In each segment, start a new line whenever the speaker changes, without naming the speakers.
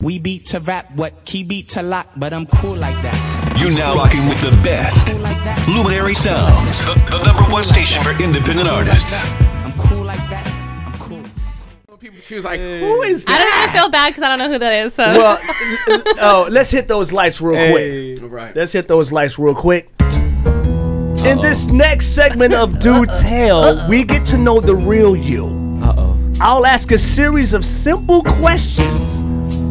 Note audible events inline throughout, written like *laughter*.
We beat to rap, what key beat to lock, but I'm cool like that.
You're now rocking with the best. Luminary Sounds, the, the number one station for independent artists.
I'm cool like that. I'm cool.
People, she was like, "Who is
I don't
that?"
even feel bad because I don't know who that is. So
*laughs* Well, oh, let's hit those lights real quick.
Right.
Let's hit those lights real quick. In this next segment
*laughs*
of Do Tell, we get to know the real you.
Uh-oh.
I'll ask a series of simple questions,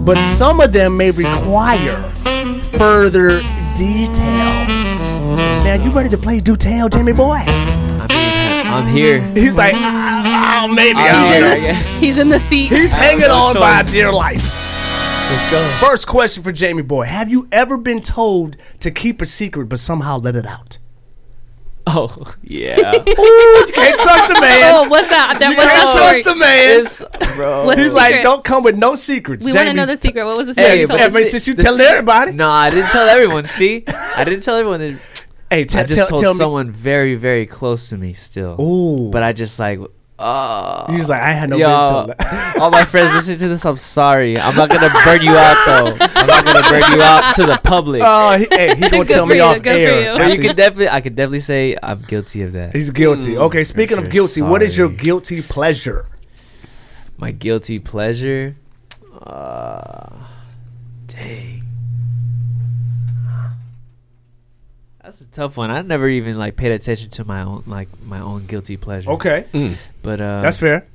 but some of them may require further detail. Now, you ready to play Do Tell, Jimmy boy?
I'm here.
He's like, "Ah, ah, maybe. I don't know."
he's, in
He's
*laughs*
Yeah,
the, he's in the seat.
He's hanging
no
on by
choice.
dear life.
Let's go.
First question for Jamie Boy. Have you ever been told to keep a secret but somehow let it out?
Oh,
*laughs*
yeah.
You can't trust the
oh,
man.
what's that? That
you
what's
can't trust
that story?
the man. *laughs*
It's, bro.
What's
He's
the
like,
secret?
don't come with no secrets.
We want to know the
Jamie's-
secret. What was the secret?
Hey,
you
but
told
Yeah,
us?
but
si-
since you
the
telling
si-
everybody.
No, I didn't tell everyone. See, I didn't tell everyone. That,
Hey, t-
I just
tell,
told
tell me.
someone very, very close to me still.
Ooh.
But I just like, uh
He's like, I had no
Yo,
business. telling
all my friends listening to this, I'm sorry. I'm not gonna burn you out though. I'm not gonna burn you out to the public.
*laughs* Oh, he, hey, he gonna
*laughs* Good
tell
for
me
you,
off
good for
air.
you.
But you could Hmm. definitely, I could definitely say I'm guilty of that.
He's guilty. Okay, speaking of
you're
guilty, what is your
sorry.
guilty pleasure?
My guilty pleasure. Uh, dang. That's a tough one. I never even like paid attention to my own like my own guilty pleasure.
Okay,
but uh,
that's fair.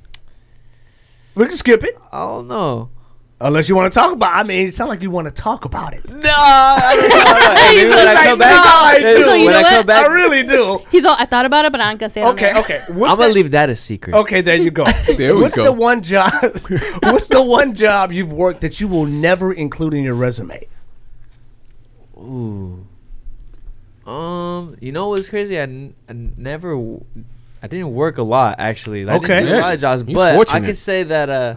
We can skip it
I don't know.
unless you want to talk about. I mean, it sounds like you want to talk about it.
No, *laughs* I don't know. Hey, maybe when I come back,
"No, I do."
maybe
You
when
know
I come
what?
back,
I really do.
He's all. I thought about it, but I'm gonna say it. on
Okay,
air."
okay. What's
I'm gonna
that-
leave that a secret.
Okay, there you go.
There we
what's
go.
the one job? what's the one job you've worked that you will never include in your resume?
Ooh. Um, you know what's crazy? I, n- I never, w- I didn't work a lot actually. I
Okay.
didn't do a lot of jobs,
He's
but I
fortunate.
could say that uh,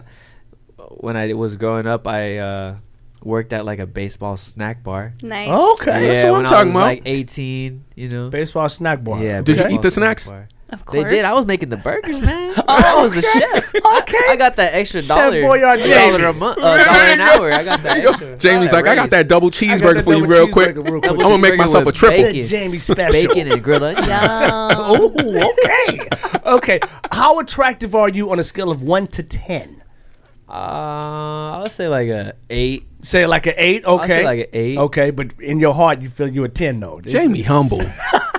when I was growing up, I uh, worked at like a baseball snack bar.
*laughs* Nice.
Oh,
Okay,
that's what I'm
when I
talking
was
about.
like 18, you know.
baseball snack bar.
Yeah.
Did you
baseball
eat the
snack
snacks?
bar.
Of course.
They did. I was making the burgers, man. I was the chef.
Okay.
I got that extra dollar.
Boyardee.
a dollar a month, a dollar an hour. I got that extra.
Jamie's like, I got that double cheeseburger
that
for you
double
real quick.
cheeseburger real
I'm
quick.
gonna make
Cheeseburger
myself a
with
triple.
The
*laughs* Bacon.
Jamie special.
bacon and grilled
*laughs*
onions.
Yum.
Oh, okay. okay. How attractive are you on a scale of one to ten?
Uh, I'll say like a eight.
Say like an eight. Okay.
say like an eight.
Okay, but in your heart you feel you're a ten though. *laughs*
Jamie humble.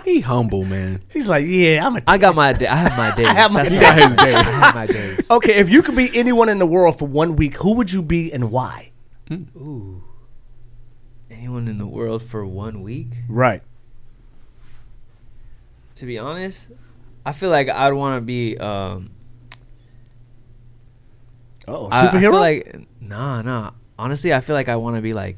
he humble, man.
He's like, yeah, I'm a 10.
I got my. Day. *laughs* I have my days. Oh.
have my
That's
days.
what I
His day.
I have *laughs* my days.
Okay, if you could be anyone in the world for one week, who would you be and why?
Anyone in the world for one week?
Right.
To be honest, I feel like I'd want to be. Um,
Oh,
I- I,
superhero.
feel like nah, nah. Honestly, I feel like I want to be like.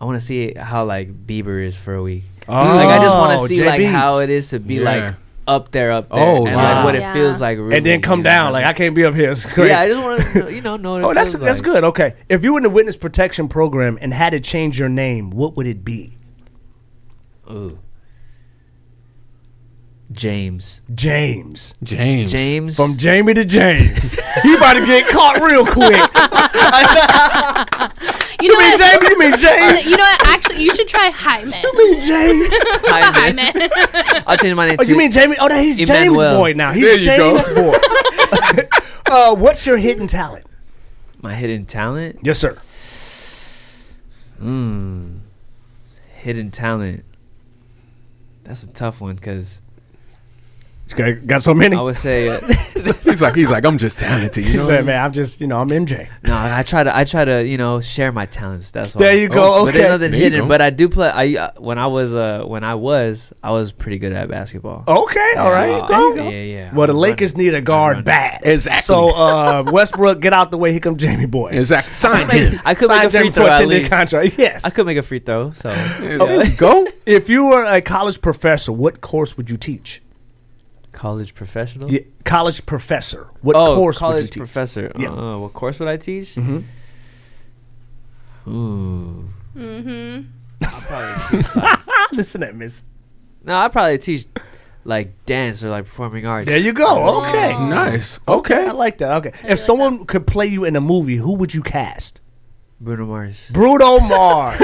I want to see how like Bieber is for a week. like I just want
Oh,
to see
Jay
like
Biebs.
how it is to be
Yeah.
like up there, up there,
Oh,
and
wow.
like what
Yeah.
it feels like. Really,
and then come
you know?
down. Like I can't be up here. It's crazy.
Yeah, I just want to you know know. What
*laughs*
it
oh, that's
feels
that's
like.
good. Okay, if you were in the witness protection program and had to change your name, what would it be?
Ooh. James.
James.
James.
*laughs*
James.
From Jamie to James. *laughs* you about to get caught real quick.
You know
Hey,
what?
Jamie, you mean
*laughs*
James?
*laughs* You know what? Actually, you should try Hyman.
*laughs* You mean James?
Hyman.
Hyman. *laughs*
I'll change my name.
Oh,
to
you mean Jamie? Oh, that he's James
Emmanuel.
boy now. He's
There you go.
James boy. *laughs* uh, what's your hidden talent?
my hidden talent?
Yes, sir. Hmm.
Mm. Hidden talent. That's a tough one because
Got, got so many.
I would
*laughs*
say uh,
He's like, he's like, I'm just talented. You
He
know?
said, "Man, I'm just you know I'm MJ."
no. I try to I try to you know share my talents. That's all. Oh,
There you go.
But there's
Okay.
nothing
There you
hidden.
go.
But I do play. I uh, when I was uh when I was I was pretty good at basketball.
Okay, all right.
Uh,
there you go.
Yeah, yeah.
Well, the
I'm
Lakers
running.
need a
I'm
guard
running.
bad.
Exactly.
*laughs*
So uh, Westbrook, get out the way. Here come Jamie Boy.
Exactly. Sign him.
I could
Sign
make a free
Jamie
throw
Boy
at
to the
least.
contract. Yes.
I could make a free throw.
*laughs*
So
Oh,
There you go.
If you were a college professor, what course would you teach?
college professional.
Yeah, college professor. What
oh,
course
college
would you teach?
professor.
Yeah.
Uh, what course would I teach? Mm-hmm. Ooh.
mm-hmm.
Ah, Listen at Miss.
No, I probably teach like dance or like performing arts.
There you go.
Oh,
Okay.
Nice. Okay.
I like that. Okay. if someone could play you in a movie, who would you cast?
Bruno Mars.
Bruno
*laughs*
Mars.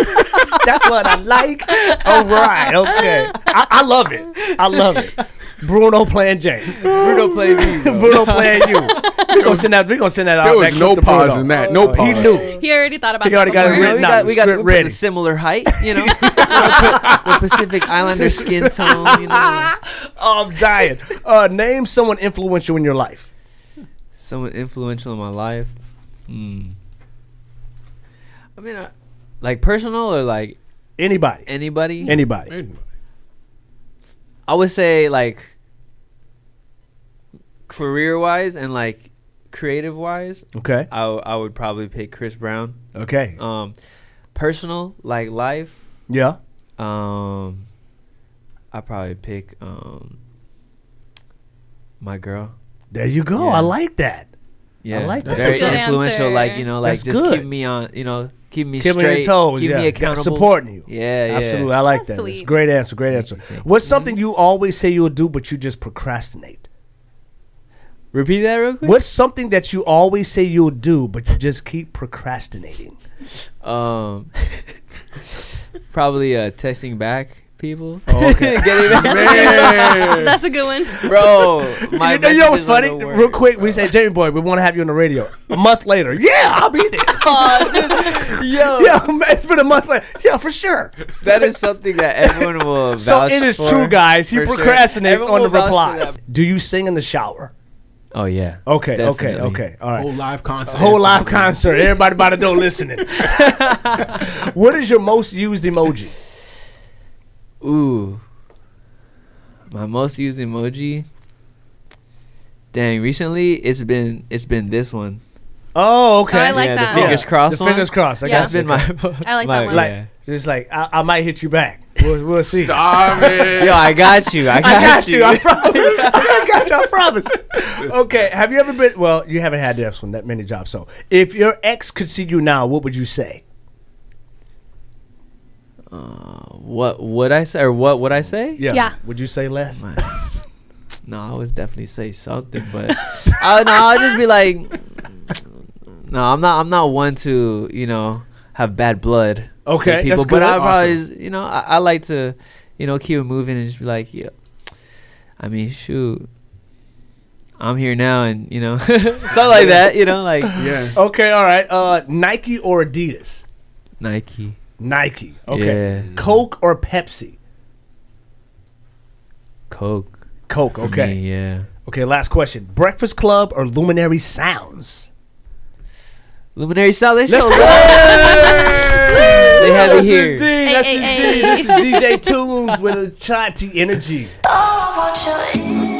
That's what I like. All right, okay. I, I love it. I love it. Bruno playing Jay.
Bruno played
*laughs*
me.
Bruno playing you. We're gonna send that. We're gonna send that.
There
out
was
back
no
to Bruno.
pause in that. No pause.
He knew.
He already thought about
He
it.
already got it
*laughs*
You know, we
written out.
got, we got
Script
we're pretty
ready.
similar height,
*laughs*
you know. we're Pacific Islander skin tone, you
*laughs*
know.
Oh, I'm dying. Uh, name someone influential in your life.
someone influential in my life. Hmm. I mean, uh, like personal or like
Anybody.
anybody.
Anybody.
I would say like career wise and like creative wise,
Okay.
I w- I would probably pick Chris Brown.
Okay.
Um, personal like life,
Yeah.
um, I probably pick um my girl.
There you go.
Yeah.
I like that.
Yeah,
like that.
very
That's a good
influential.
answer.
Like you know, like
That's
just
good.
keep me on. You know, keep me
Keep me on your
straight.
toes,
keep
yeah.
me accountable.
Supporting you.
Yeah, yeah.
Absolutely. I like
That's
that. That's
sweet.
Great answer. Great answer. What's something you always say you'll do, but you just procrastinate?
Repeat that real quick.
What's something that you always say you'll do, but you just keep procrastinating? *laughs*
Um, probably uh texting back people.
Oh, okay.
*laughs* Getting
*laughs*
back-
That's a good one.
bro. My
you know, you know what's
messages are
funny?
the
Real
worst,
quick, we
bro.
said, Jamie Boy, we want to have you on the radio. A month
*laughs*
later, yeah, I'll be there. *laughs*
Aw, dude, yo,
yeah, it's been a month later. Yeah, for sure.
that is something that everyone will.
*laughs*
Vouch
So it is
for,
true, guys. He
for sure.
procrastinates on
Everyone
the
will vouch for
replies.
that.
Do you sing in the shower?
Oh yeah.
Okay, okay,
Definitely.
okay. All right.
Whole live concert.
Whole live concert. Everybody by the door
*laughs*
listening. what is your most used emoji?
Ooh. My most used emoji. Dang, recently it's been it's been this one.
Oh, okay.
Oh, I like
yeah,
that.
the fingers
Yeah,
crossed
The
one.
fingers crossed. I
Yeah.
got
That's
you.
been my.
I like that one.
Like,
yeah.
just like I, I might hit you back. We'll, we'll see.
Stop it.
Yo, I got you. I
*laughs*
got,
I got
*laughs*
you.
you. I promise. *laughs* I got you. I promise. Okay. Have you ever been? Well, you haven't had this one that many jobs. So, if your ex could see you now, what would you say?
what would I say? Or what would I say?
Yeah.
Would you say less?
Oh, My- *laughs* no, I would definitely say something, but I, no, I'll just be like, no, I'm not. I'm not one to you know have bad blood. with
Okay, that's
people,
good.
but I probably
Awesome.
you know I, I like to you know keep it moving and just be like, yeah. I mean, shoot, I'm here now, and you know, *laughs* something like that. You
*laughs*
know, like
Yeah.
Okay. All right. Uh, Nike or Adidas?
Nike.
Nike. Okay.
Yeah.
Coke or Pepsi?
Coke.
Coke.
for
Okay.
me, yeah.
Okay. Last question: Breakfast Club or Luminary Sounds?
Luminary South. They
Let's
so *laughs* They had it
That's
here.
indeed. That's
ay,
indeed. This is DJ Tunes with a Chanti energy.
Oh, won't you